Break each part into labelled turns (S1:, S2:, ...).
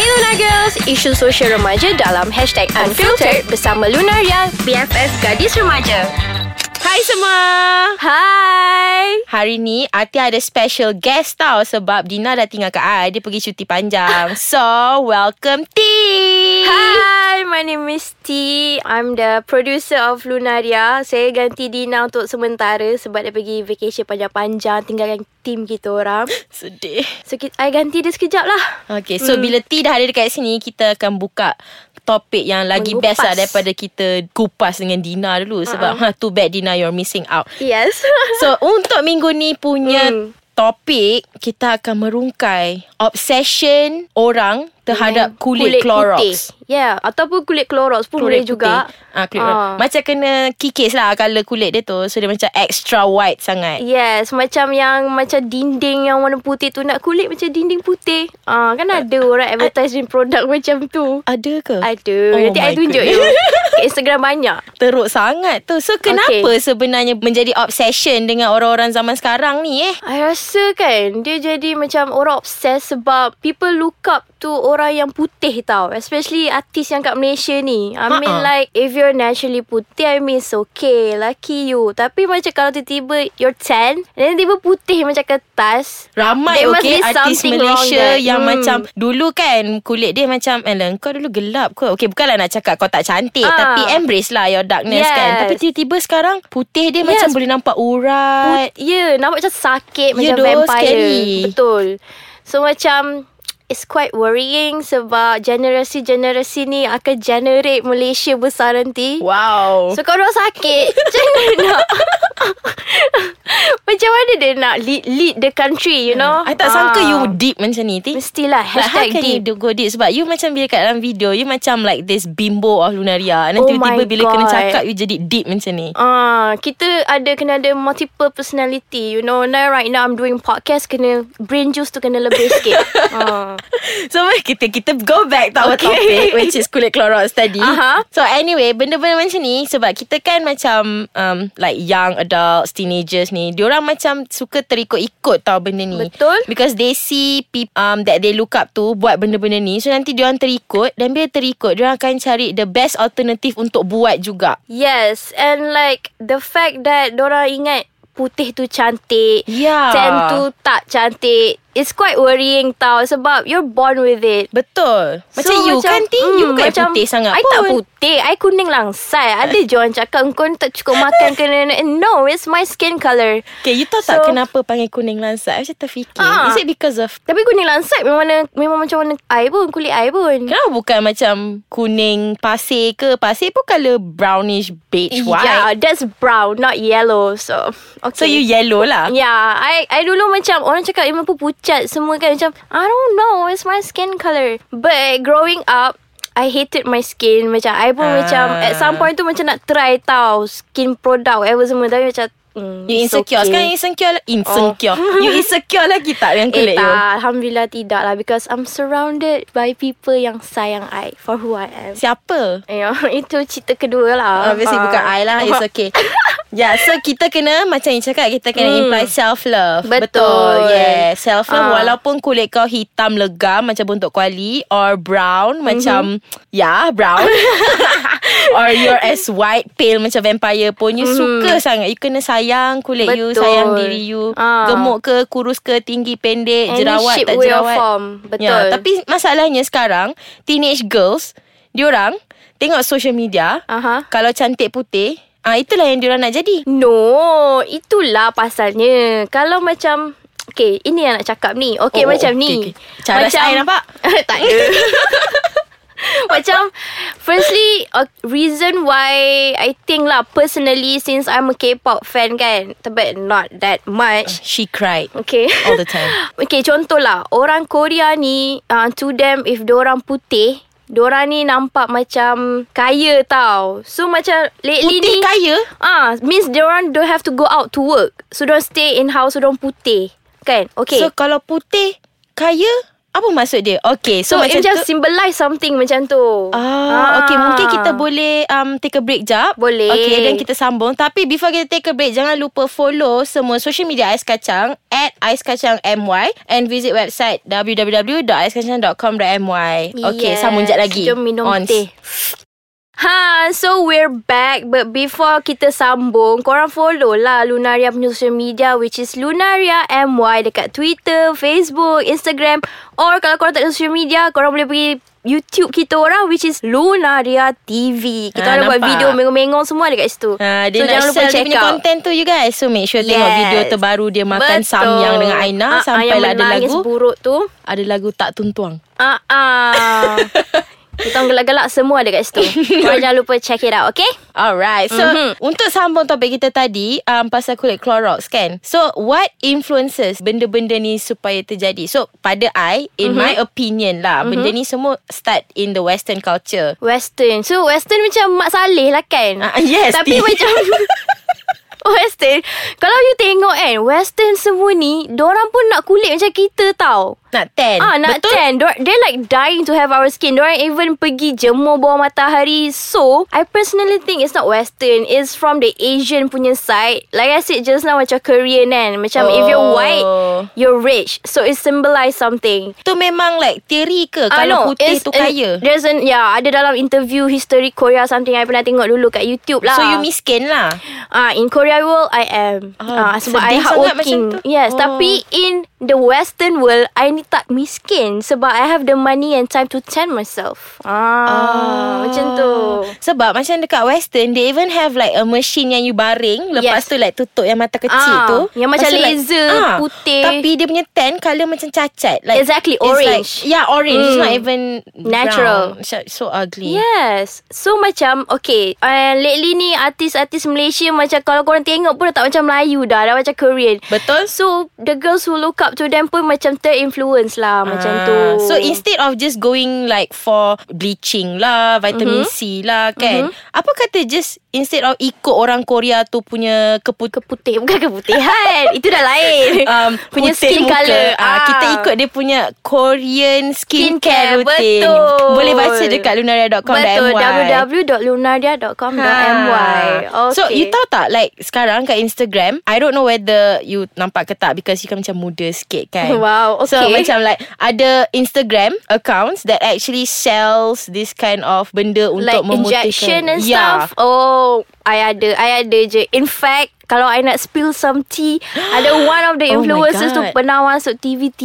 S1: Lunar Girls, isu sosial remaja dalam hashtag Unfiltered bersama Lunaria, BFF Gadis Remaja.
S2: Hai semua
S1: Hai.
S2: Hari ni Atia ada special guest tau Sebab Dina dah tinggal kat I Dia pergi cuti panjang So welcome T
S1: Hi, my name is T. I'm the producer of Lunaria. Saya ganti Dina untuk sementara sebab dia pergi vacation panjang-panjang tinggalkan tim kita orang.
S2: Sedih
S1: So, ki- I ganti dia sekejap lah.
S2: Okay so bila T dah ada dekat sini Kita akan buka topik yang lagi
S1: Mengupas.
S2: best lah Daripada kita kupas dengan Dina dulu Sebab uh-uh. ha, too bad Dina you're missing out
S1: Yes.
S2: So untuk minggu ni punya
S1: Hmm.
S2: mm. topik kita akan merungkai obsession orang terhadap
S1: Dengan
S2: kulit, kulit Clorox.
S1: Hmm. putih. Yeah, ataupun kulit Clorox pun kulit boleh juga.
S2: Ah, kulit ah. Macam kena kikis lah Colour kulit dia tu So dia macam extra white sangat
S1: Yes, macam yang macam dinding yang warna putih tu nak kulit macam dinding putih. Ah, kan ada orang advertising produk macam tu.
S2: Ada ke?
S1: Ada.
S2: Oh
S1: Nanti I
S2: my
S1: tunjuk you.
S2: goodness.
S1: Kat Instagram banyak.
S2: Teruk sangat tu So kenapa
S1: Okay.
S2: okay. sebenarnya Menjadi obsession Dengan orang-orang zaman sekarang ni eh
S1: I rasa kan dia jadi macam orang obsessed sebab people look up to orang yang putih tau. Especially artis yang kat Malaysia ni. I mean
S2: Ha-ha.
S1: like if you're naturally putih I mean it's okay. Lucky you. Tapi macam kalau tiba-tiba you're tan and then tiba putih macam kertas.
S2: Ramai
S1: There must
S2: okay
S1: be
S2: artis
S1: something wrong
S2: Malaysia
S1: there.
S2: yang
S1: Hmm.
S2: macam dulu kan kulit dia macam Alah kau dulu gelap ke Okay bukanlah nak cakap kau tak cantik
S1: Ah.
S2: Tapi embrace lah your darkness
S1: Yes.
S2: kan Tapi tiba-tiba sekarang putih dia
S1: Yes.
S2: macam boleh nampak urat
S1: Put, ya, nampak macam sakit
S2: Ya
S1: macam
S2: doh,
S1: vampire.
S2: scary.
S1: Betul. So macam it's quite worrying sebab generasi-generasi ni akan generate Malaysia besar nanti.
S2: Wow
S1: So korang sakit Macam mana nak Macam mana dia nak lead, lead the country You know
S2: I
S1: Ah.
S2: tak sangka you deep macam ni Ti
S1: Mestilah
S2: Like how
S1: Hashtag
S2: can you
S1: deep
S2: do go deep Sebab you macam bila kat dalam video You macam like this bimbo of Lunaria And then
S1: Oh
S2: tiba-tiba
S1: my
S2: bila kena
S1: God.
S2: cakap You jadi deep macam ni
S1: Ah, kita ada kena ada multiple personality You know Now right now I'm doing podcast Kena brain juice tu kena lebih sikit ah.
S2: So mari kita kita go back to our
S1: Okay.
S2: topic which is kulit Clorox tadi.
S1: Aha.
S2: So anyway, benda-benda macam ni sebab kita kan macam um, like young adults, teenagers ni, diorang macam suka terikut-ikut tau benda ni.
S1: Betul.
S2: Because they see people um, that they look up to buat benda-benda ni. So nanti diorang terikut dan bila terikut, diorang akan cari the best alternative untuk buat juga.
S1: Yes And like The fact that Diorang ingat Putih tu cantik
S2: Yeah.
S1: Tan tu tak cantik It's quite worrying tau Sebab you're born with it
S2: Betul.
S1: So,
S2: Macam you kan Ti, you
S1: mm,
S2: kan putih sangat
S1: I
S2: pun.
S1: tak putih I kuning langsai Ada je orang cakap Kau ni tak cukup makan kena No it's my skin colour
S2: Okay, you tahu tak
S1: So-
S2: kenapa panggil kuning langsat? I macam terfikir.
S1: Ah.
S2: Is it because of
S1: Tapi kuning langsai memang warna, memang macam warna air pun Kulit air pun
S2: Kenapa bukan macam kuning pasir ke? Pasir pun colour brownish
S1: Ya.
S2: beige white.
S1: Yeah that's brown Not yellow So okay
S2: So you yellow lah.
S1: Yeah, Ya, I I dulu macam orang cakap Imam pun pucat semua kan macam I don't know, it's my skin color. But growing up I hated my skin Macam I pun
S2: Ah.
S1: macam At some point tu Macam nak try tau Skin product Whatever semua Tapi macam mm,
S2: You
S1: it's
S2: insecure. lah, Okay. Sekarang
S1: okay. Oh.
S2: insecure lah. Insecure. you insecure lagi tak dengan
S1: Eh
S2: kulit
S1: tak
S2: you?
S1: Alhamdulillah tidak lah Because I'm surrounded By people yang sayang I For who I am
S2: Siapa?
S1: Ya, Itu cerita kedua lah
S2: Obviously
S1: Ah.
S2: bukan I lah. It's okay. Yeah, so kita kena macam yang cakap kita kena
S1: Hmm.
S2: imply self love.
S1: Betul.
S2: Yeah, self
S1: Ah.
S2: love walaupun kulit kau hitam legam macam bentuk kuali or
S1: Mhm.
S2: brown macam yeah, brown. or you're as white pale macam vampire pun you suka sangat. You kena sayang kulit you,
S1: Mhm. Betul.
S2: sayang diri you.
S1: Ah.
S2: Gemuk ke, kurus ke, tinggi pendek,
S1: Any
S2: jerawat
S1: shape,
S2: tak
S1: way or
S2: jerawat.
S1: form. Betul.
S2: Ya, tapi masalahnya sekarang teenage girls diorang tengok social media
S1: Aha.
S2: kalau cantik putih Ah itulah yang diorang nak jadi.
S1: No, itulah pasalnya. Kalau macam Okay, ini yang nak cakap ni. Okay,
S2: Oh,
S1: macam
S2: oh,
S1: ni.
S2: okay, okay. Cara saya nampak?
S1: tak ada. macam, firstly, uh, reason why I think lah, personally, since I'm a K-pop fan kan, but not that much.
S2: She cried
S1: Okay.
S2: all the time.
S1: Okay, contohlah. Orang Korea ni, uh, to them, if diorang putih, diorang ni nampak macam kaya tau. So, macam lately ni...
S2: Putih kaya.
S1: Ah, means they orang don't have to go out to work. So don't stay in house, so don't putih. Kan? Okay.
S2: So kalau putih kaya Apa maksud dia? Okay,
S1: So,
S2: so,
S1: so it
S2: macam tu.
S1: just symbolize something macam tu.
S2: Ah, okay mungkin kita boleh um, take a break jap.
S1: Boleh.
S2: Okay, dan kita sambung. Tapi before kita take a break, jangan lupa follow semua social media Ais Kacang at Ais Kacang MY and visit website www.aiskacang.com.my. Okay,
S1: Yes.
S2: sambung jap lagi.
S1: Jom minum
S2: Ons.
S1: teh. Ha, so we're back But before kita sambung Korang follow lah Lunaria punya social media Which is Lunaria MY Dekat Twitter, Facebook, Instagram Or kalau korang tak ada social media Korang boleh pergi YouTube kita orang Which is Lunaria TV Kita
S2: Ah,
S1: orang buat
S2: nampak.
S1: video Mengong-mengong semua dekat situ
S2: Ha, dia so, nak jangan lupa check dia punya content tu you guys. So make sure yes. tengok video terbaru dia makan
S1: Betul.
S2: samyang dengan Aina
S1: Ah, ah,
S2: sampai
S1: yang
S2: lah ada
S1: menangis
S2: lagu
S1: buruk tu
S2: ada lagu tak tuntuang.
S1: Ah ah. Kita orang gelak-gelak semua ada kat situ. Korang jangan lupa check it out, okay?
S2: Alright So mm-hmm. Untuk sambung topik kita tadi um, Pasal kulit Clorox kan So what influences Benda-benda ni Supaya terjadi So pada I In mm-hmm. my opinion lah mm-hmm. Benda ni semua Start in the western culture
S1: Western. So western macam Mat Saleh lah kan?
S2: Ah, yes,
S1: Tapi
S2: dia.
S1: macam Oh, Western Kalau you tengok kan Western semua ni Diorang pun nak kulit macam kita tau
S2: Nak tan
S1: Ah nak
S2: Betul?
S1: tan Dor- They like dying to have our skin Diorang even pergi jemur bawah matahari So I personally think It's not western It's from the Asian punya side Like I said just now Macam Korean kan Macam if you're
S2: Oh.
S1: white You're rich So it symbolize something
S2: Tu memang like Teori ke
S1: Ah,
S2: Kalau
S1: no,
S2: putih
S1: it's- it-
S2: tu kaya
S1: There's an Yeah ada dalam interview History Korea something I pernah tengok dulu Kat YouTube lah
S2: So you miskin lah
S1: Ah, in Korea world I am. Ah,
S2: Ah,
S1: sebab I
S2: sedih sangat
S1: hardworking.
S2: macam tu.
S1: Yes, oh.
S2: Oh.
S1: tapi in the western world I ni tak miskin sebab I have the money and time to tend myself. Ah, ah. macam tu.
S2: Sebab macam dekat western They even have like A machine yang you baring Lepas
S1: Yes.
S2: tu like Tutup yang mata kecil
S1: Ah,
S2: tu
S1: yang macam
S2: Lepas tu,
S1: laser, putih.
S2: Tapi dia punya tan Colour macam cacat like,
S1: Exactly,
S2: it's
S1: orange.
S2: like, Yeah orange It's
S1: Mm.
S2: not even
S1: Natural.
S2: brown. Macam So ugly
S1: Yes So macam Okay uh, Lately ni Artis-artis Malaysia Macam kalau korang tengok pun Dah tak macam Melayu dah Dah macam Korean
S2: Betul
S1: So the girls who look up to them pun Macam terinfluence lah Macam
S2: Ah,
S1: tu
S2: So instead of just going like for bleaching lah, vitamin
S1: Mm-hmm.
S2: C lah kan. Apa kata just instead of ikut orang Korea tu punya keput
S1: Keputih Bukan keputihan Itu dah lain
S2: um,
S1: Punya
S2: putih
S1: skin
S2: muka.
S1: colour
S2: Ah, kita ikut dia punya Korean
S1: Skincare,
S2: skincare routine.
S1: betul.
S2: Boleh baca dekat lunaria.com.my.
S1: Betul www.lunaria.com.my okay.
S2: Ah. Ha. So you tahu tak Like sekarang kat Instagram I don't know whether You nampak ke tak Because you kan macam muda sikit kan
S1: Wow,
S2: So
S1: okay.
S2: macam like Ada Instagram accounts That actually sells This kind of Benda
S1: Like
S2: untuk memutihkan Ya.
S1: injection and
S2: yeah.
S1: stuff Oh I ada I ada je In fact Kalau I nak spill some tea Ada one of the
S2: Oh my
S1: influencers tu
S2: God.
S1: Pernah masuk TV3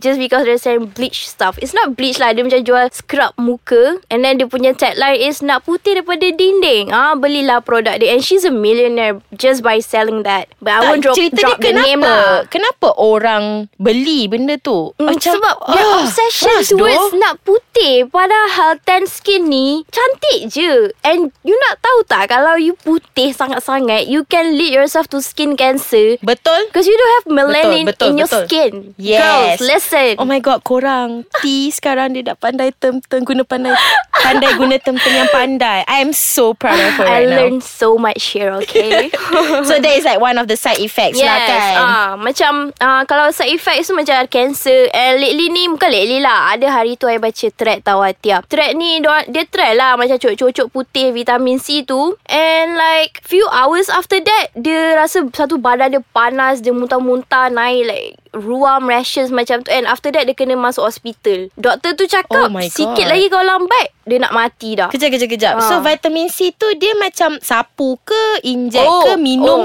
S1: Just because they're selling bleach stuff It's not bleach lah Dia macam jual scrub muka And then dia punya tagline is Nak putih daripada dinding Ah Belilah produk dia And she's a millionaire Just by selling that But I won't drop,
S2: cerita
S1: drop
S2: dia
S1: the
S2: kenapa
S1: name lah
S2: Kenapa orang Beli benda tu
S1: Mm, sebab dia
S2: ah,
S1: obsession
S2: keras
S1: towards
S2: doh.
S1: nak putih Padahal tan skin ni cantik je And you nak tahu tak kalau you putih sangat-sangat You can lead yourself to skin cancer
S2: Betul
S1: Because you don't have melanin
S2: betul,
S1: in your
S2: betul.
S1: skin Girls,
S2: Yes
S1: listen
S2: Oh my god korang T sekarang dia dah pandai term-term Guna pandai Pandai guna term-term yang pandai I am so proud of her
S1: I
S2: right
S1: learned so much here, okay?
S2: now So that is like one of the side effects lah kan
S1: ah, Macam ah, Kalau side effects tu Macam cancer And lately ni Bukan lately lah Ada hari tu I baca thread tau Atia Thread ni dia, dia thread lah Macam cucuk-cucuk putih Vitamin C tu And like Few hours after that Dia rasa Satu badan dia panas Dia muntah-muntah Naik like Ruam rashes macam tu And after that Dia kena masuk hospital Doktor tu cakap
S2: Oh my
S1: Sikit
S2: God.
S1: lagi kalau lambat Dia nak mati dah
S2: Kejap kejap kejap
S1: Ah.
S2: So vitamin C tu dia macam Sapu ke Inject
S1: Oh,
S2: ke Minum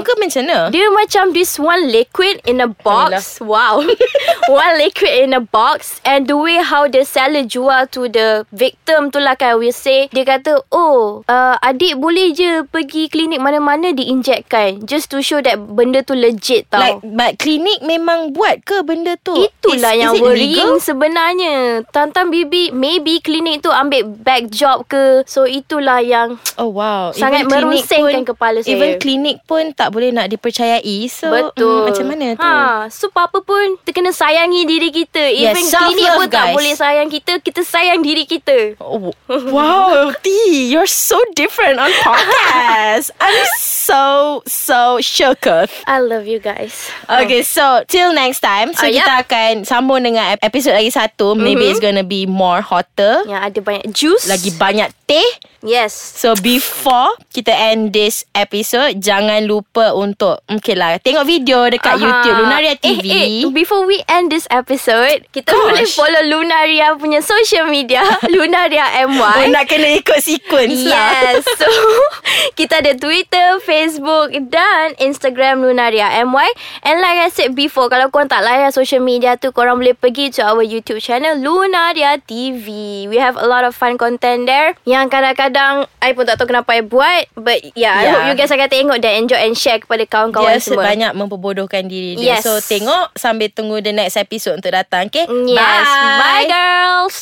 S1: oh.
S2: ke macam mana
S1: Dia macam this one liquid in a box. Wow. one liquid in a box. And the way how the seller jual to the victim tu lah kan. We say, dia kata, oh, uh, adik boleh je pergi klinik mana-mana diinjekkan. Just to show that benda tu legit tau.
S2: Like but klinik memang buat ke benda tu
S1: Itulah
S2: Is-
S1: yang
S2: is it legal?
S1: worrying sebenarnya. Tantan Bibi, maybe klinik tu ambil back job ke. So, itulah yang...
S2: Oh wow
S1: Sangat
S2: klinik
S1: merosengkan kepala saya.
S2: Even klinik pun Tak boleh nak dipercayai So
S1: Betul
S2: mm, Macam mana tu
S1: ha, So apa-apa pun Kita kena sayangi diri kita
S2: Yes,
S1: Even
S2: self-love,
S1: klinik pun tak
S2: guys.
S1: boleh sayang kita Kita sayang diri kita
S2: Oh, wow, T, you're so different on podcast. I'm so so shooketh. Oh.
S1: I love you guys
S2: Okay, so till next time. So
S1: Ah,
S2: uh,
S1: yep.
S2: kita akan sambung dengan ep- episod lagi satu. Mm-hmm. Maybe it's gonna be more hotter.
S1: Yang Ya, ada banyak juice.
S2: Lagi banyak teh.
S1: Yes.
S2: So before kita end this episode, jangan lupa untuk okay lah tengok video dekat
S1: Aha.
S2: uh-huh. YouTube Lunaria TV.
S1: Eh, eh, before we end this episode, kita Gosh. boleh follow Lunaria punya social media, Lunaria MY.
S2: Oh, nak kena ikut sequence lah.
S1: Yes So Kita ada Twitter Facebook Dan Instagram Lunaria MY And like I said before Kalau korang tak layan social media tu Korang boleh pergi to our YouTube channel Lunaria TV We have a lot of fun content there Yang kadang-kadang I pun tak tahu kenapa I buat But yeah, yeah. I
S2: Yeah.
S1: hope you guys akan tengok Dan enjoy and share kepada kawan-kawan
S2: Dia
S1: semua
S2: banyak memperbodohkan diri dia.
S1: Yes.
S2: So tengok sambil tunggu the next episode untuk datang. Okay?
S1: Yes Mm, Bye girls